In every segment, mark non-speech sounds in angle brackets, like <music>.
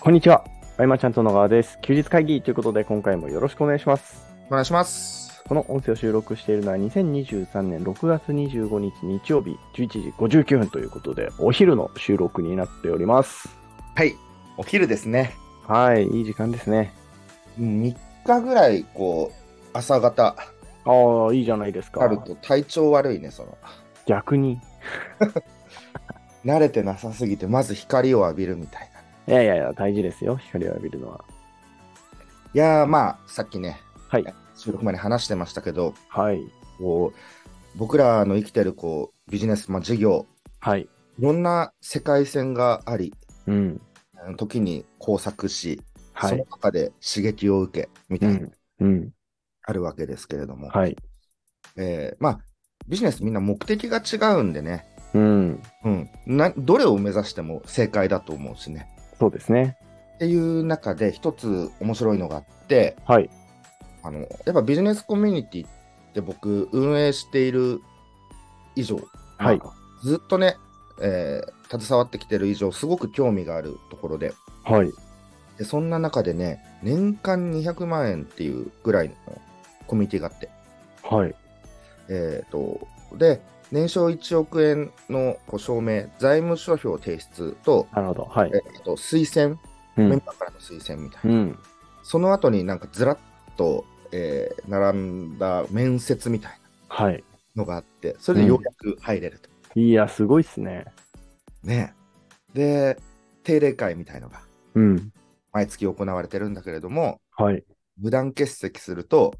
こんにちは。まいまちゃんと野川です。休日会議ということで、今回もよろしくお願いします。お願いします。この音声を収録しているのは2023年6月25日日曜日11時59分ということで、お昼の収録になっております。はい。お昼ですね。はい、いい時間ですね。うん3日ぐらい、こう、朝方ああ、いいじゃないですかあ。ると体調悪いね、その。逆に。慣れてなさすぎて、まず光を浴びるみたいいな。やいやいや、大事ですよ。光を浴びるのは。いやー、まあ、さっきね、はい収録前に話してましたけど、はい。こう、僕らの生きてる、こう、ビジネス、まあ、事業、はい。いろんな世界線があり、うん。うん時に交錯し、はそのい。中で刺激を受け、みたいな、うん。あるわけですけれども、はい。えーまあ、ビジネスみんな目的が違うんでね、うん。うん、などれを目指しても正解だと思うしね。そうですね。っていう中で一つ面白いのがあってはい。あのやっぱビジネスコミュニティって僕運営している以上、はいまあずっとね、えー携わってきてる以上すごく興味があるところではい。でそんな中でね年間200万円っていうぐらいのコミュニティがあって、はい。えー、とで年商1億円のこう証明財務諸表提出と,、なるほど。はいえ。ーあと推薦うメンん。バーからの推薦みたいうな。ん。その後になんかずらっと、えー並んだ面接みたいはい。なのがあって、それでようやく入れると。いや、すごいっすね。ね。で、定例会みたいのがうん。毎月行われてるんだけれども、はい。無断欠席すると、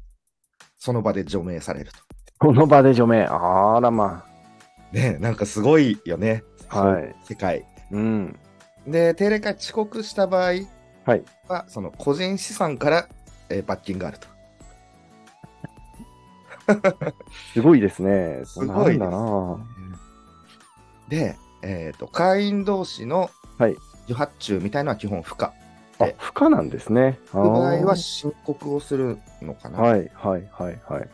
その場で除名されると。この場で除名。あらまね、なんかすごいよね。あ。はい。世界。うん。で、定例会遅刻した場合は、はいその個人資産から、えー罰金があると。すごいですね。すごいですなんだな。で、えー、と会員同士のはい受発注みたいのは基本不可。あえ、不可なんですね。あー不具合は申告をするのかな。はい、はい、はい、はい。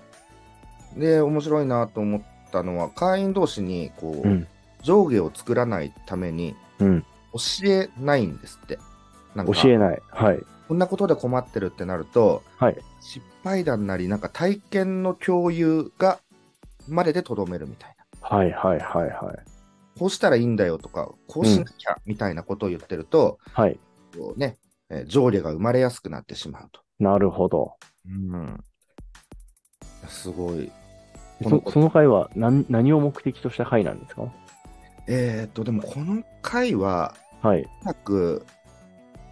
で、面白いなと思ったのは、会員同士にこう、うん。上下を作らないためにうん。教えないんですって。なんか教えない。はい。こんなことで困ってるってなると、はい。失敗談なり、なんか体験の共有がまででとどめるみたいな。はい、はい、はい、はい。こうしたらいいんだよとか、こうしなきゃみたいなことを言ってると、はい。こうね、えー上下が生まれやすくなってしまうと。なるほど。うん、すごい。このそその会は何何を目的とした会なんですかえーっと、でもこの回は、はい。おそらく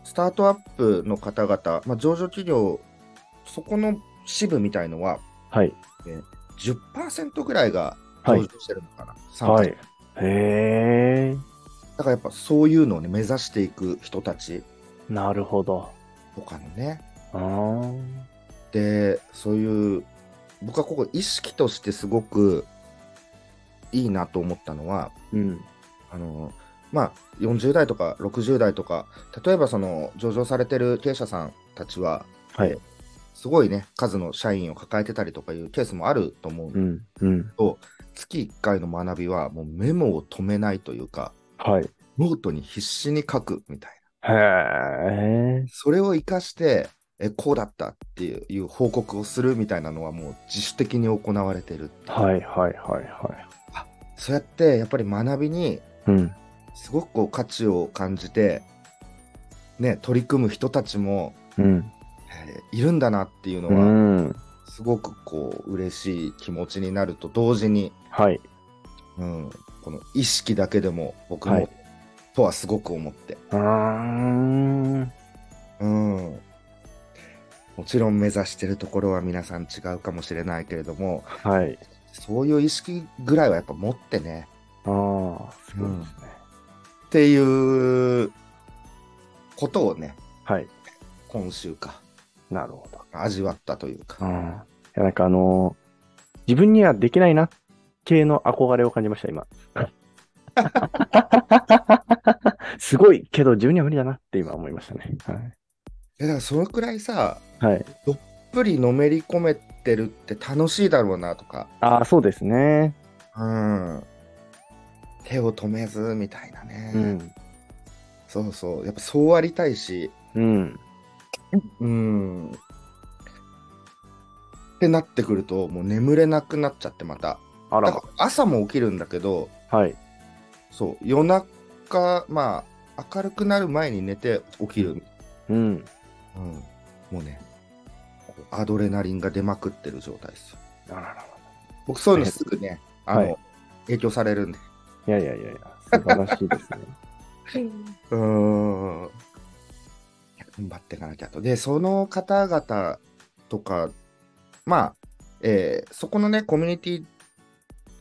スタートアップの方々、まあ、上場企業、そこの支部みたいのははい。 10%ぐらいがは上い。場してるのかな、参加はい。者へえ。だからやっぱそういうのをね、目指していく人たちなるほど。とかのね。あーで、そういう、僕はここ意識としてすごくいいなと思ったのは、うん。あのまあ、40代とか60代とか例えばその上場されてる経営者さんたちははい。すごいね数の社員を抱えてたりとかいうケースもあると思う、うん。うん。月1回の学びはもうメモを止めないというかはい。へノートに必死に書くみたいなえ。それを活かしてえこうだったっていういう報告をするみたいなのはもう自主的に行われてるはい、はい、はい、はそうやってやっぱり学びにい。うん。すごくこう価値を感じて、ね、取り組む人たちもうん。えーいるんだなっていうのうは、ん。すごくこう、嬉しい気持ちになると同時に、はい。うん、この意識だけでも僕はもい、とはすごく思って、うーん。うん。もちろん目指してるところは皆さん違うかもしれないけれども、はい。そういう意識ぐらいはやっぱ持ってね、ああ、すごいですね。っていうことをね、はい。今週か、なるほど。味わったというか。うん。いや、なんかあのー自分にはできないな、系の憧れを感じました、今。すごいけど、自分には無理だなって今思いましたね。いやだからそのくらいさ、はい。はい、ぷりのめり込めてるって楽しいだろうなとか、ああ、そうですね。うん。手を止めずみたいなね、うん。そうそう。やっぱそうありたいし、うん。うん。ってなってくると、もう眠れなくなっちゃって、また。あらだまから朝も起きるんだけど、はい。そう、夜中、まあ、明るくなる前に寝て起きる。うん。うん。もうね、こうアドレナリンが出まくってる状態ですよ。あらら僕、そういうのすぐね、あの、はい影響されるんで。いやいやいやいや、素晴らしいです <laughs> ね。うーん。頑張っていかなきゃと。で、その方々とか、まあ、えーそこのね、コミュニティ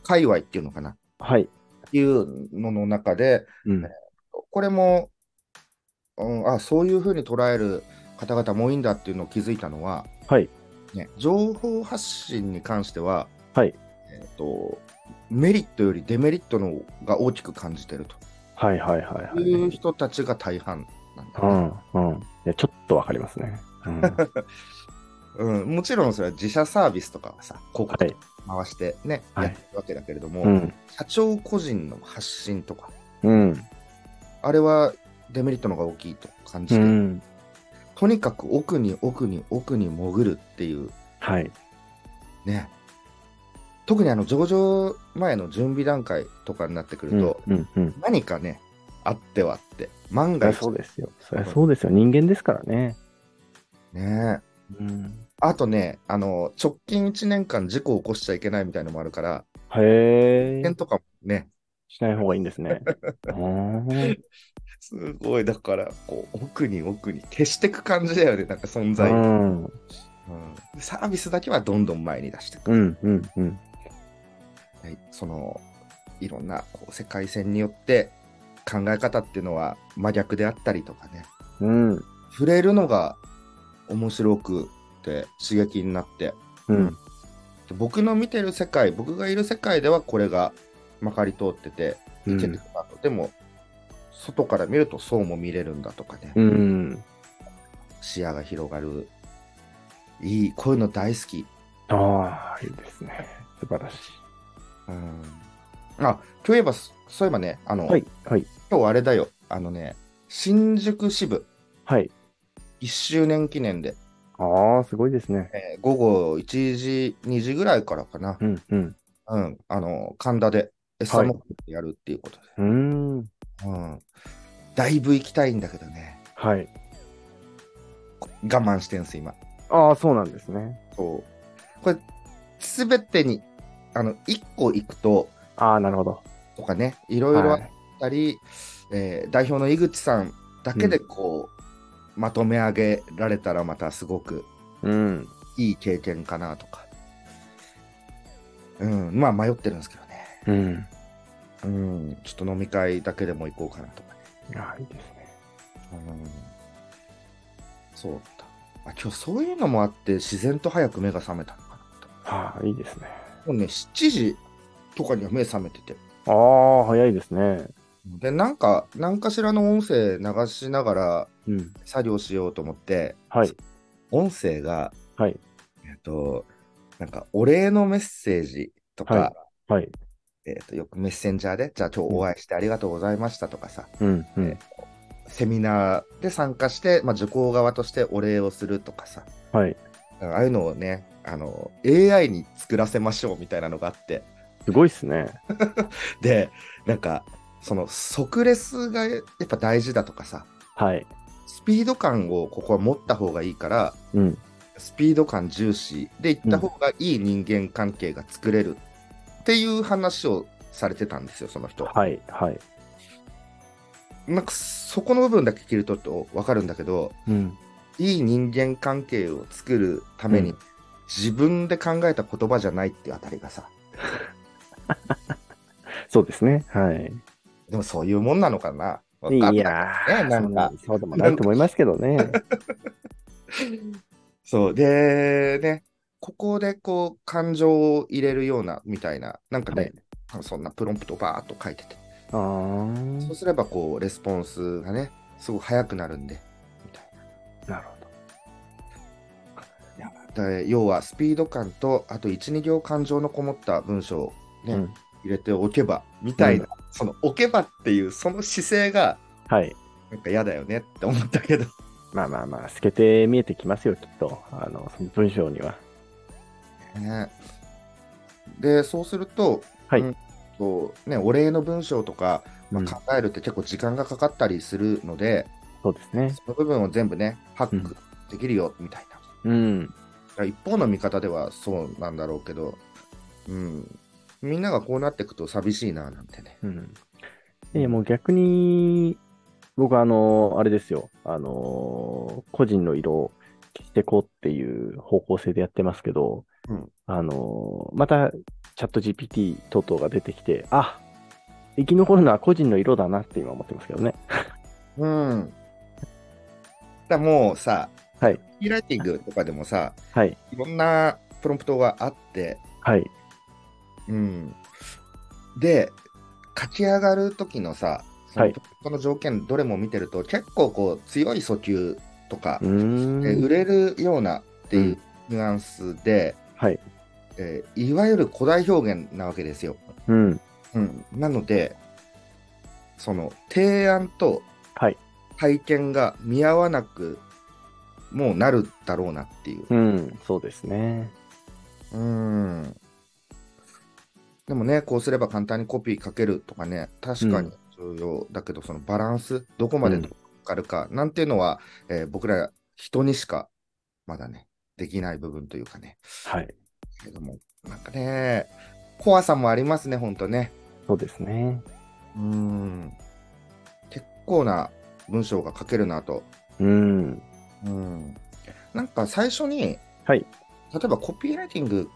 界隈っていうのかな、はい。っていうのの中で、うん。これも、うん、あそういうふうに捉える方々も多いんだっていうのを気づいたのは、はい。ね、情報発信に関しては、はいえーと、メリットよりデメリットのが大きく感じてるはいはいはいとはい。いう人たちが大半なんだ、ねうん。うん。いや、ちょっとわかりますね。 <laughs> うん。はうん、もちろんそれは自社サービスとかはさ、広告といか。回してね、はいやってるわけだけれども、うん。社長個人の発信とか、うん。あれはデメリットの方が大きいと感じうて、ん。とにかく奥に奥に奥に潜るっていうはい。ね、特にあの上場前の準備段階とかになってくうるんと、。うん。うん。何かね、あってはって、万そりがゃ一、そうですよ。そりゃそうですよ。人間ですからね。ね、うん。あとね、あの直近1年間事故を起こしちゃいけないみたいのもあるから、へ点え。とかもね、しない方がいいんです <laughs> ね。うん。すごい、だから、こう、奥に奥に消していく感じだよね、なんか存在。うんうん。サービスだけはどんどん前に出していく。うん。うん。うん。はい、その、いろんなこう世界線によって考え方っていうのは真逆であったりとかね、うん。触れるのが面白くて刺激になって、うん。で僕の見てる世界、僕がいる世界ではこれがまかり通ってて、ういけてん。るなと。でも、外から見るとそうも見れるんだとかね。うん。視野が広がる。いい、こういうの大好き。ああ、いいですね。素晴らしい。うん。あ、そういえば、そそういえばね、あの、はい。はい。今日あれだよ、あのね、新宿支部はい。 1周年記念で、ああ、すごいですね。えー午後1時、2時ぐらいからかな、うん。うん。うん、あの、神田で、エスサモでやるっていうことで、うん。うん。だいぶ行きたいんだけどね、はい。こ我慢してんす、今。ああ、そうなんですね。そう。これ、すべてに、あの、1個行くと、ああ、なるほど。とかね、いろいろあはっい。ったり、えー代表の井口さんだけでこう、まとめ上げられたらまたすごくうん。いい経験かなとか、うん、まあ迷ってるんですけどね、うん。うん、ちょっと飲み会だけでも行こうかなとかね、ああ、いいですね。うん、そうだったあ今日そういうのもあって自然と早く目が覚めたのかなとああ、いいですね。もうね7時とかには目覚めててああ、早いですね。でなんか何かしらの音声流しながらうん。作業しようと思ってはい。音声が、はい。えっと、なんかお礼のメッセージとか、ははい。えっと、よくメッセンジャーで、じゃあ今日お会いしてありがとうございましたとかさ、うん。うん。セミナーで参加して、まあ、受講側としてお礼をするとかさ、はい。ああいうのをね、あの、AI に作らせましょうみたいなのがあって、すごいっすね。で、なんか、その即レスがやっぱ大事だとかさ、はい。スピード感をここは持った方がいいから、うん。スピード感重視で行った方がいい人間関係が作れるっていう話をされてたんですよ、その人。はい。はい。なんかそこの部分だけ切り取ると分かるんだけど、うん。いい人間関係を作るために、うん自分で考えた言葉じゃないっていうあたりがさ、そうですね。はい。でもそういうもんなのかな。分かんないいやねー、なんかそんなそうでもないと思いますけど <laughs> ね。そう。で、ね、ここでこう感情を入れるようなみたいな、なんかね、そんなプロンプトをバーっと書いてて。あーそうすればこうレスポンスがね、すごく早くなるんで、みたいなるほど。な。で要はスピード感と、あと1、2行感情のこもった文章をね、うん入れておけば、みたいな、うその置けばっていう、その姿勢がはい。なんか嫌だよねって思ったけど。まあまあまあ、透けて見えてきますよ、きっと。あの、その文章には。ねで、そうすると、はいうんとね、お礼の文章とか、まあうん考えるって結構時間がかかったりするので、そうですね。その部分を全部ね、ハッうクできるよみたいな。うん。だから一方の見方ではそうなんだろうけど、うん、みんながこうなっていくと寂しいななんてね。うん。え、もう逆に、僕あの、あれですよ。あの、個人の色を消してこうっていう方向性でやってますけど、うんあの、またチャット GPT 等々が出てきて、あ生き残るのは個人の色だなって今思ってますけどね。うん。だからもうさ、はいキーライティングとかでもさ、はい。いろんなプロンプトがあって、はい。うん。で、勝ち上がる時のさ、そはのいプロンプトの条件、どれも見てると、結構こう、強い訴求とか、うーえーん。売れるようなっていううんニュアンスで、はい。えーいわゆる古代表現なわけですよ。うん。うん、なので、その提案とはい体験が見合わなくもうなるだろうなっていう。うん。そうですね。うん。でもね、こうすれば簡単にコピーかけるとかね、確かに重要だけど、そのバランス、どこまでうん乗っかるか、なんていうのは、えー僕ら人にしかまだね、できない部分というかね、はい。けども、なんかね、怖さもありますね、ほんとね。そうですね。うーん結構な文章が書けるなと。うん。うんなんか最初に、はい例えばコピーライティング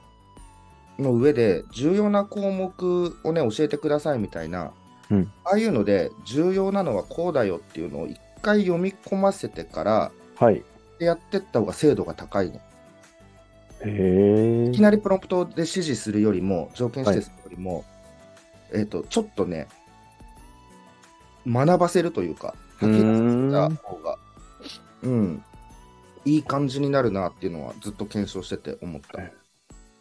の上で重要な項目をね教えてくださいみたいな、うんああいうので重要なのはこうだよっていうのを一回読み込ませてからはい。やってった方が精度が高いね。へえいき。なりプロンプトで指示するよりも条件指定するよりも、えっ、とちょっとね学ばせるというかうー吐き出んした方がうんいい感じになるなっていうのはずっと検証してて思った、はい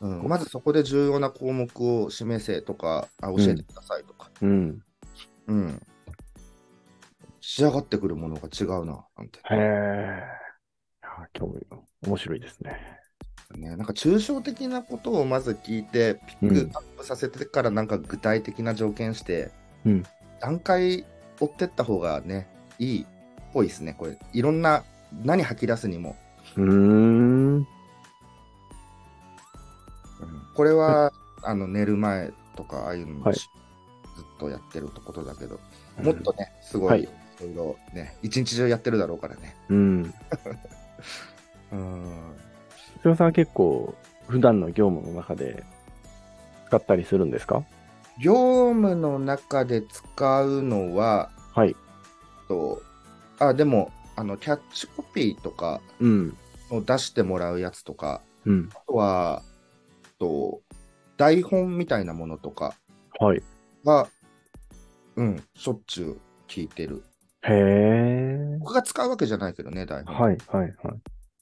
うん、まずそこで重要な項目を示せとかあ教えてくださいとか、うん。うん仕上がってくるものが違うななんて、へえ。あ興味が面白いですね。ね、なんか抽象的なことをまず聞いてピックアップさせてからなんか具体的な条件して、うん段階追ってった方がねいいっぽいですねこれいろんな何吐き出すにも、うーん。うんこれはあの寝る前とかああいうのも、はいずっとやってることだけどもっとねすごい、はいい、ろいろね一日中やってるだろうからねうん。うん須さんは結構、普段の業務の中で使ったりするんですか業務の中で使うのははい。と、あ、でも、あの、キャッチコピーとかうん。を出してもらうやつとか、うん。あとは、と、台本みたいなものとかはい。は、うん、しょっちゅう聞いてる。へえ。僕が使うわけじゃないけどね、台本。はい、はい、はい。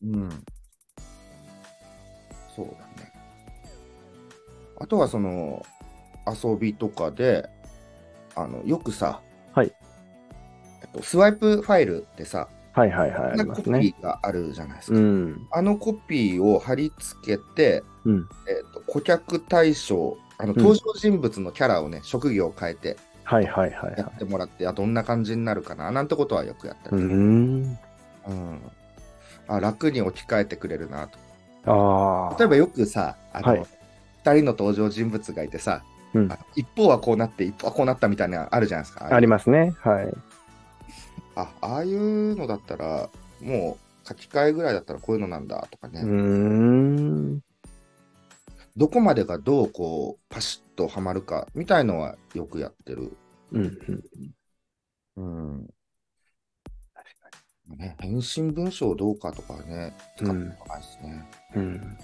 うん。そうだね。あとは、その、遊びとかで、あの、よくさ、はいえっと。スワイプファイルでさ、はい、はい、はい。ありなんかまコすピね。ーがあるじゃないですか。うん。あのコピーを貼り付けて、うん。えー、と顧客対象、あのうん登場人物のキャラをね、職業を変えてはい、はい、はい、やはってもらって、あどんな感じになるかななんてことはよくやったい。うり、ーん。うんあ楽に置き換えてくれるなと。ああ。例えばよくさ、あのはい2人の登場人物がいてさ、うんあ一方はこうなって、一方はこうなったみたいなのあるじゃないですか。ありますね。はい。あああいうのだったら、もう書き換えぐらいだったらこういうのなんだとかね。うーん。どこまでがどうこうパシッとはまるかみたいのはよくやってる。うん、うん。うん。ね、返信文章どうかとかはね、使ったことないですね。うん。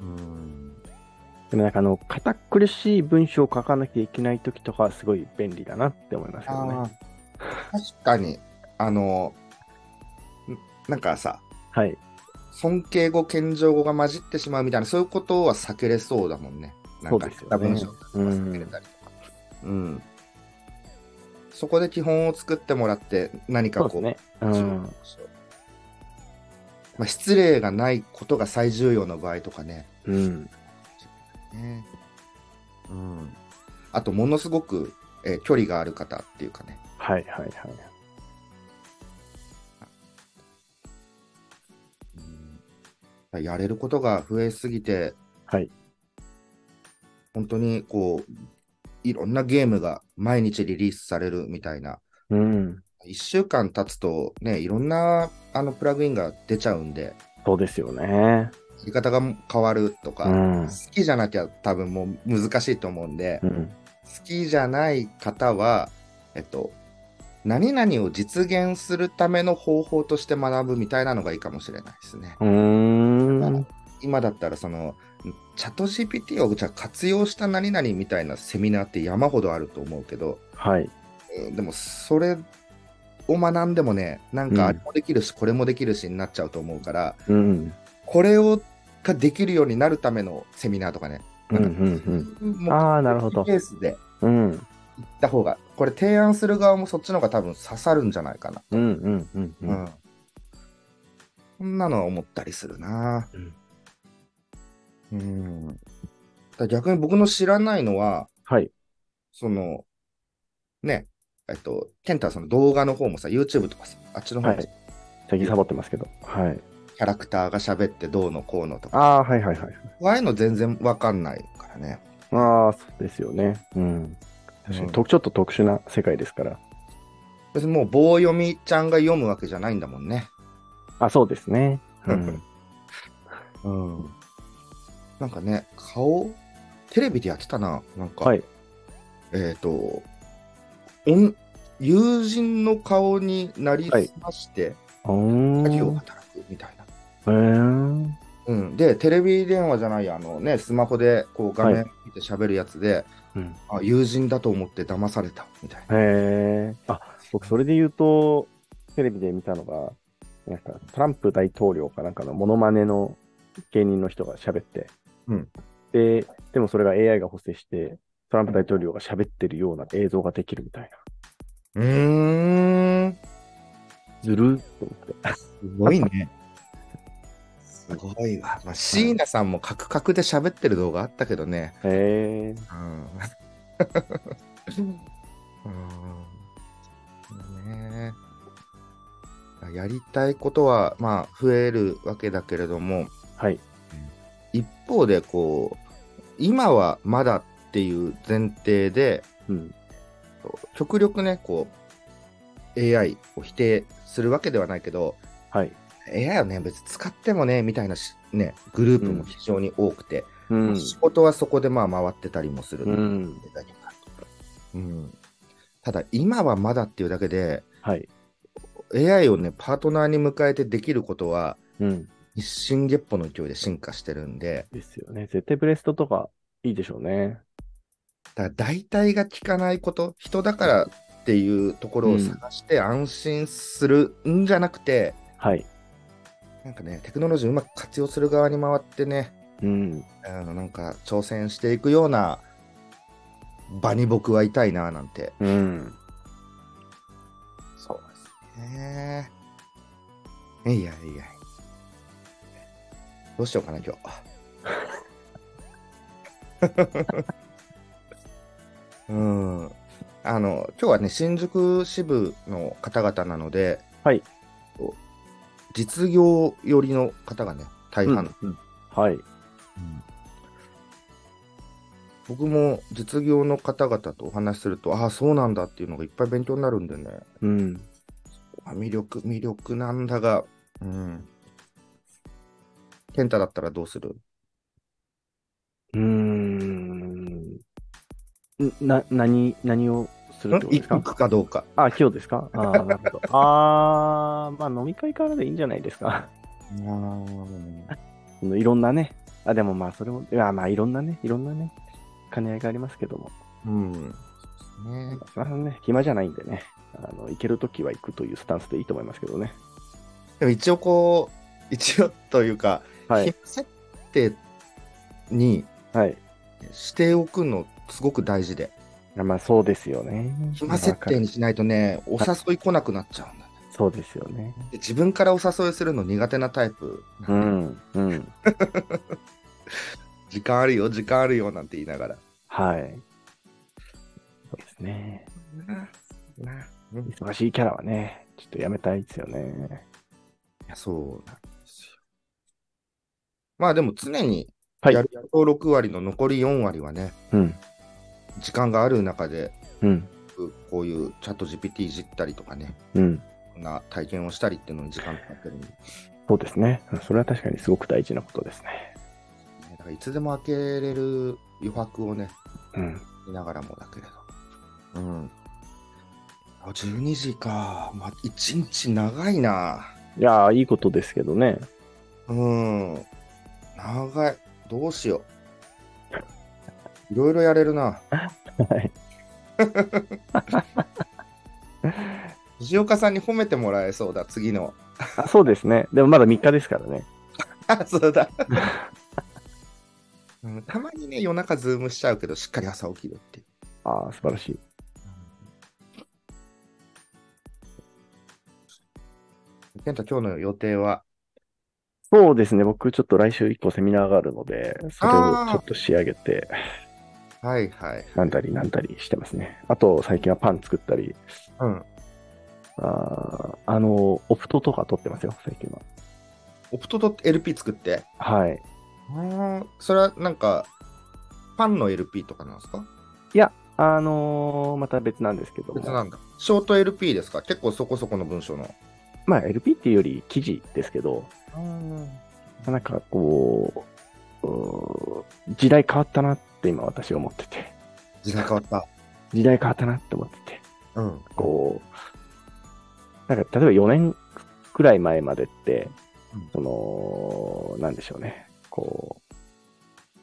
うん。でもなんかあの、堅苦しい文章を書かなきゃいけないときとかはすごい便利だなって思いますけどあね。あ、確かに、あの、んなんかさ、はい。尊敬語、謙譲語が混じってしまうみたいな、そういうことは避けれそうだもんね。なんそか、うですよね文章とか避けれたりとか。うん。そこで基本を作ってもらって、何かそうでこすね。うう、自ん分。まあ、失礼がないことが最重要の場合とかね。うん。ねうん、あと、ものすごく、えー距離がある方っていうかね。はいはいはい。うん、やれることが増えすぎて、はい。本当にこう、いろんなゲームが毎日リリースされるみたいな。うん。 1週間経つとね、いろんなあのプラグインが出ちゃうんで、そうですよね。やり方が変わるとうか、ん。うん。好きじゃなきゃ多分もう難しいと思うんで、好きじゃない方は、えっと、何々を実現するための方法として学ぶみたいなのがいいかもしれないですね。うーん。今だったらそのチャット GPT をじゃあ活用した何々みたいなセミナーって山ほどあると思うけど、はい。うんでもそれを学んでもねなんうんかあれもできるし、これもできるしになっちゃうと思うからうん。これをができるようになるためのセミナーとかね、うんなんかうんうん。もうああ、なるほどケ。ースでうん。行った方がこれ提案する側もそっちの方が多分刺さるんじゃないかな、うんうんうんう。うんんそんなのは思ったりするなうん、だから逆に僕の知らないのははい。その、ね、えっと、ケンタはその動画の方もさ、YouTube とかさ、あっちの方もはさい最近サボってますけど。はい。キャラクターが喋ってどうのこうのとか、ああー、はいはいはい。ああいうの全然わかんないからね。ああ、そうですよね。うん。確かに、とちょっと特殊な世界ですから。別にもう棒読みちゃんが読むわけじゃないんだもんね。あそうですね。うん。うん。なんかね、顔、テレビでやってたな、なんか。はい。えっ、と、おん友人の顔になりすまして、うーん。鍵を働くみたいな。へーうん、で、テレビ電話じゃない、あのね、スマホでこう画は面見て喋るやつで、うんあ、友人だと思って騙されたみたいな。へえ。あ、僕、それで言うと、テレビで見たのが、なんかトランプ大統領かなんかのモノマネの芸人の人が喋って、うんで、でもそれが AI が補正して、トランプ大統領が喋ってるような映像ができるみたいな。うーん、ずるっと思って。すごいね。すごいわ。まあ、椎名さんもカクカクで喋ってる動画あったけどね。へえ。うん。うんねえやりたいことは、まあ、増えるわけだけれども、はい。一方でこう今はまだっていう前提でうん。極力ねこう AI を否定するわけではないけどはい。 AI をね別に使ってもねみたいなし、ね、グループも非常に多くて、うん。仕事はそこでまあ回ってたりもする、うんうんただ今はまだっていうだけではい。 AI をねパートナーに迎えてできることはうん。一進月歩の勢いで進化してるんでですよね。絶対ブレストとかいいでしょうね。だから大体が聞かないこと人だからっていうところを探して安心するんじゃなくて、はい。なんかねテクノロジーをうまく活用する側に回ってねうん。あのなんか挑戦していくような場に僕はいたいななんてうん。そうですねいやいやどうしようかな今日 <laughs> うんあの今日はね新宿支部の方々なのではいお実業寄りの方がね大半、うんはい。僕も実業の方々とお話しするとああそうなんだっていうのがいっぱい勉強になるんでねうん。まあ魅力、魅力なんだが、うん。健太だったらどうするうーん。な、何、何をするってこと一ですか服かどうか。あ、今日です <laughs> かあーなるほど。あー、まあ飲み会からでいいんじゃないです <laughs> か。そのいろんなね。あ、でもまあそれも、いやまあいろんなね、いろんなね、兼ね合いがありますけども。うん。ね、まあね、暇じゃないんでね。あの、行けるときは行くというスタンスでいいと思いますけどね。でも一応こう、一応というか、はい。暇設定にはい。しておくのすごく大事で。やまあそうですよね。暇設定にしないとね、お誘い来なくなっちゃうんだね。そうですよね。で自分からお誘いするの苦手なタイプ。うん、うん。時間あるよ、時間あるよ、なんて言いながら。はい。そうですね。うんい忙しいキャラはね、ちょっとやめたいですよね。やそうなんですよ。まあでも常に、はいやると6割の残り4割はね、うん、時間がある中で、うん、こういうチャット GPT いじったりとかね、うん。こんな体験をしたりっていうのに時間かかってるんで、ね、そうですね。それは確かにすごく大事なことですね。だからいつでも開けれる余白をね、うん。見ながらもだけれど。うん。あ12時か。まあ、1日長いな。いやー、いいことですけどね。うん。長い。どうしよう。いろいろやれるな。はい。藤岡さんに褒めてもらえそうだ、次の。 <laughs> あそうですね。でもまだ3日ですからね。あ、そうだ。 <laughs> うん、たまにね、夜中ズームしちゃうけど、しっかり朝起きるっていう。ああ、素晴らしい。健太、今日の予定はそうですね。僕、ちょっと来週1個セミナーがあるので、それをちょっと仕上げて、はいはい。なんだりなんだりしてますね。あと、最近はパン作ったり、うん。あーあの、オプトとか取ってますよ、最近は。オプトと LP 作って。はい。うん。それはなんか、パンの LP とかなんですかあのーまた別なんですけど別も、なんだ。ショート LP ですか結構そこそこの文章の。まあ、LP っていうより記事ですけど、なんかこう、うー時代変わったなって今私は思ってて、時代変わった。時代変わったなって思ってて、うん。こう、なんか例えば4年くらい前までってうん、その、なんでしょうね、こう、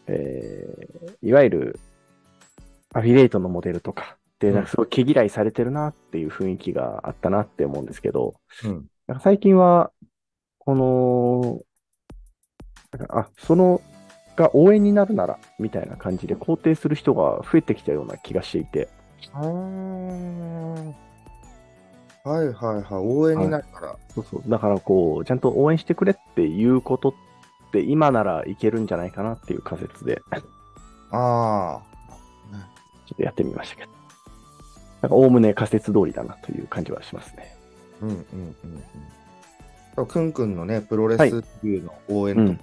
えーいわゆるアフィリエイトのモデルとかって、なんかすごい毛嫌いされてるなっていう雰囲気があったなって思うんですけど、うん。なんか最近は、この、なんかあ、その、が応援になるなら、みたいな感じで肯定する人が増えてきたような気がしていて、はいはいはい。応援になるから。そうそう。だからこう、ちゃんと応援してくれっていうことって、今ならいけるんじゃないかなっていう仮説で、ちょあっとやってみましたけど。なんか、おおむね仮説通りだなという感じはしますね。あ。うんうんうんうん多分。くんくんのね、プロレはいスっていうの応援とか、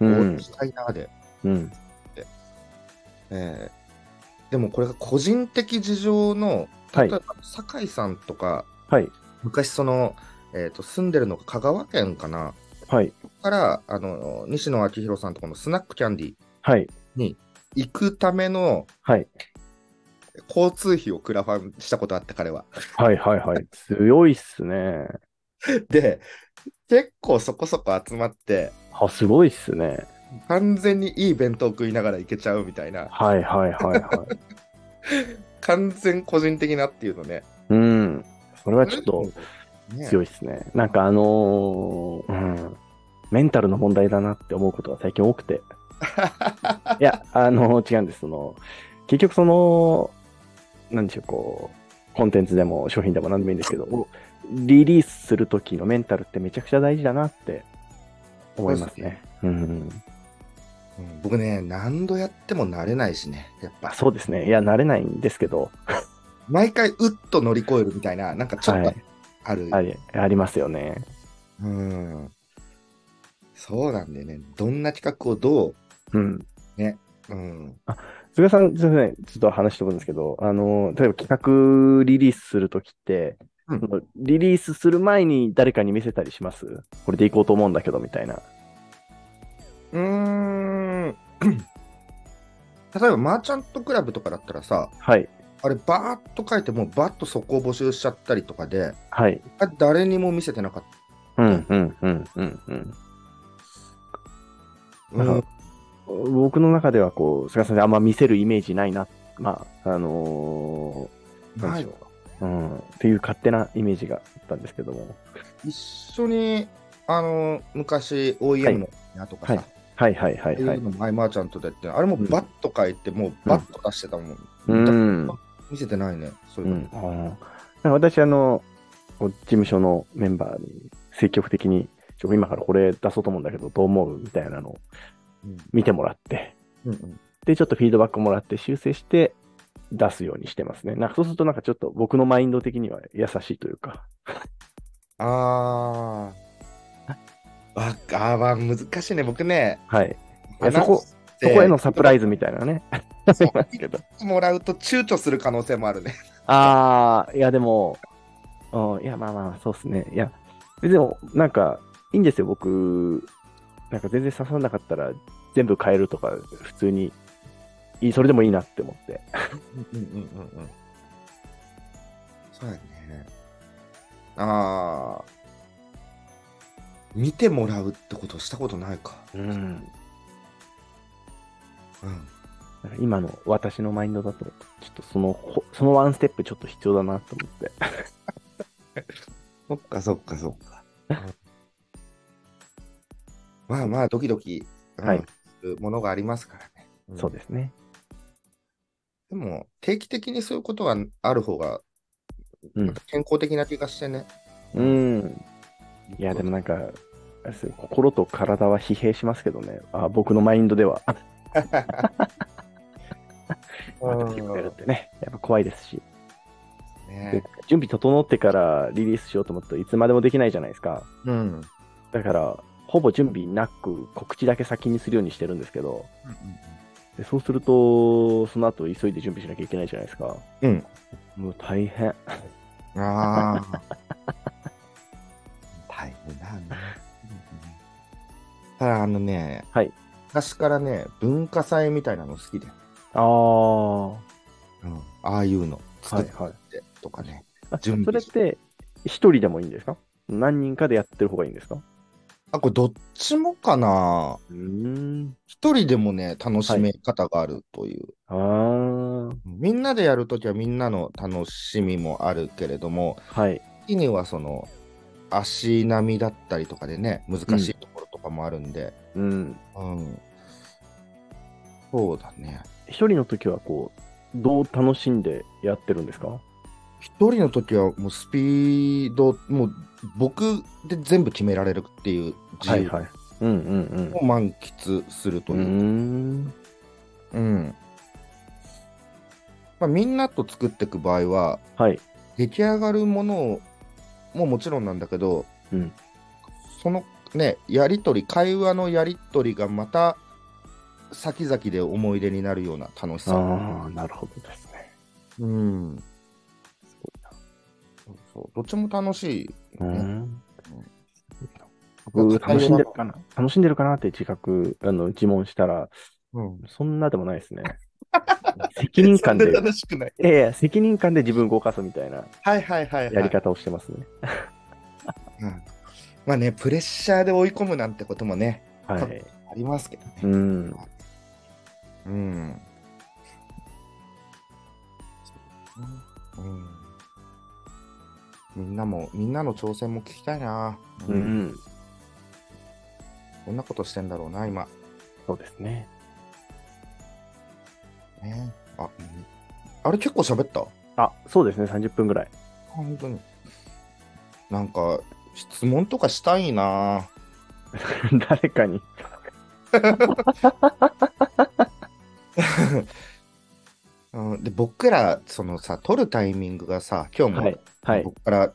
う応援ん。したいなで。うん。えーでもこれが個人的事情の、はい例えば酒井さんとか、はい。昔その、えー、と住んでるのが香川県かな、はい。からあの西野昭弘さんとこのスナックキャンディはい。行くためのはい。交通費をクラファンしたことあって彼は。 <laughs> はい。はい。 <laughs> はい。強いっすね。で結構そこそこ集まってあ、すごいっすね。完全にいい弁当食いながら行けちゃうみたいなはい。はい。はい。はい。完全個人的なっていうのね。うん。それはちょっとね強いですね。なんかあのーうん、メンタルの問題だなって思うことが最近多 <laughs> くて。いや、あのー違うんです。その、結局その、なんでしょう、こう、コンテンツでも商品でも何でもいいんですけど、リリースするときのメンタルってめちゃくちゃ大事だなって思いますね。うん。うん僕ね何度やっても慣れないしねやっあぱそうですね。いや、慣れないんですけど、毎回うっと乗り越えるみたいななんかちょっはといある、ありありますよね。うんそうなんだよねどんな企画をどううん。うん菅さん、すみません、ちょっと話しておくんですけど、あの、例えば企画リリースするときって、うんそのリリースする前に誰かに見せたりしますこれでいこうと思うんだけど、みたいな。うーん例えばマーチャントクラブとかだったらさはい、あれバーッと書いてもうバッとそこを募集しちゃったりとかではい。あ誰にも見せてなかっうん、うん、うん、うん、うん。た、うんなんか僕の中では、こう、菅さんにあんま見せるイメージないな。まあ、あのなんなでいしょーうん、っていう勝手なイメージがあったんですけども。一緒にあの昔 OEM のやとかさ、はいはい、はい、はい、っていはうい。のもマイマーチャントでってあれもバッと書いてもうバッと出してたもん、うん。見せてないね。そういううんの。。あーなんか私、あの、こう事務所のメンバーに積極的に、ちょ今からこれ出そうと思うんだけど、どう思うみたいなのをうん見てもらって、うんうんで、ちょっとフィードバックもらって修正して出すようにしてますね。なんかそうすると、なんかちょっと僕のマインド的には優しいというか。あー。わあーまあ、難しいね。僕ね、はい。いや話そこしてそこへのサプライズみたいなね。そうあり <laughs> ますけど。もらうと躊躇する可能性もあるね。ああ、いやでも、うん、いやまあまあ、そうっすね。いや、でも、なんか、いいんですよ、僕、なんか全然刺さなかったら、全部変えるとか、普通に、いい、それでもいいなって思って。うんうんうんうん。そうやね。ああ。見てもらうってことしたことないか。うん。うん。今の私のマインドだと、ちょっとその、ほそのワンステップちょっと必要だなと思って。そっかそっかそっ <laughs> か。まあまあ、ドキドキ、うんはいするものがありますからね。んそうですね。でも、定期的にそういうことはある方が、うんなんか健康的な気がしてね。うん。いや、でもなんか、あれですよ心と体は疲弊しますけどね。あ僕のマインドでは、あ私がやるってね、やっぱ怖いですし。で <laughs> ね準備整ってからリリースしようと思ったらいつまでもできないじゃないですか。うん。うんだから、ほぼ準備なく告知だけ先にするようにしてるんですけど、でそうすると、その後急いで準備しなきゃいけないじゃないですか。うん。もう大変。うんあ <laughs> あ。大変だね。ただ、あのね、はい昔からね、文化祭みたいなの好きで、ああ。はうんああいうの作っいはい。てとかね。あ準それ備っ、して一人でもいいんですか何人かでやってる方がいいんですかあ、これどっちもかなうーん。一人でもね、楽しめ方があるという。ああ。みんなでやるときはみんなの楽しみもあるけれども、はい。時にはその、足並みだったりとかでね、難しいところとかもあるんで、うん。うん。そうだね。一人の時はこう、どう楽しんでやってるんですか一人のときはもうスピード、もう僕で全部決められるっていう自由い。うんうんを満喫するとうん。ういーう。ん。うん。まあ、みんなと作っていく場合は、はい。出来上がるものをももちろんなんだけど、うんそのね、やりとり、会話のやりとりがまた、先々で思い出になるような楽しさ。ああ、なるほどですね。うん。そうそう。どっちも楽しいよね、ん。う僕ん楽しんでるかな楽しんでるかなって自覚、あの、自問したら、うん。そんなでもない <laughs> ですね。責任感で、そんない楽しくない。やいや、責任感で自分を動かすみたいなはいはいはい、はい。やり方をしてますね。うん。まあね、プレッシャーで追い込むなんてこともね、はい。ありますけどね。うん。うん。うん。みんなも、みんなの挑戦も聞きたいな。う。ん。どんなことしてんだろうな、今。そうですね。ね、あ、うんあれ結構喋ったああ、そうですね、30分ぐらい。 <laughs> 本当に。なんか、質問とかしたいな。 <laughs> 誰かに。うん、で、僕ら、そのさ、撮るタイミングがさ、今日も、はい。はい。僕から、ね、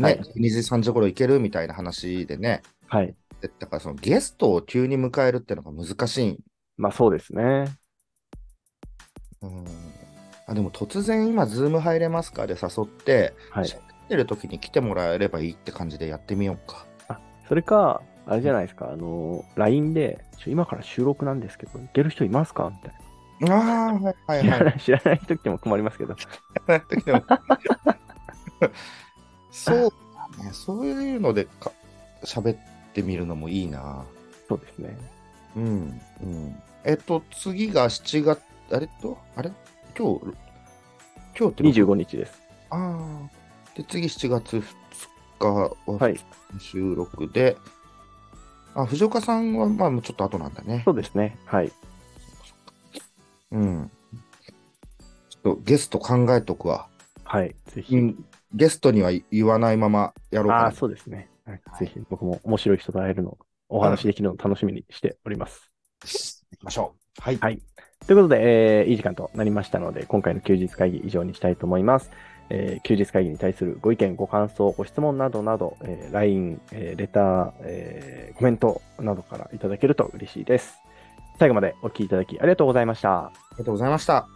はい2時、3時頃行けるみたいな話でね、はい。でだからそのゲストを急に迎えるってのが難しいんまあそうですね。うんあでも突然今、ズーム入れますかで誘って、はい。来てる時に来てもらえればいいって感じでやってみようか。それか、あれじゃないですか、あの、LINE で、ちょ今から収録なんですけど、行ける人いますかみたいな。ああ、はい知はらいは <laughs> ない知らない人っても困りますけど。い。でもそうだね、そういうのでか喋ってみるのもいいな。そうですね。うん、うん。えっと、次が7月、あれと、あれ今日、今日って六25日です。ああ。で、次7月2日ははい収録で、あ、藤岡さんは、まあ、もうちょっと後なんだねそ。うですね。はい。うん。ちょとゲスト考えとくわ。はい、ぜひ。うんゲストには言わないままやろうあかあ、な。そうですね、はいはぜいひ僕も面白い人と会えるの、お話できるのを楽しみにしております。行きましょう。はい。はいということで、えーいい時間となりましたので、今回の休日会議以上にしたいと思います。えー休日会議に対するご意見、ご感想、ご質問などなど、えー LINE、えーレター、えーコメントなどからいただけると嬉しいです。最後までお聞きいただきありがとうございました。ありがとうございました。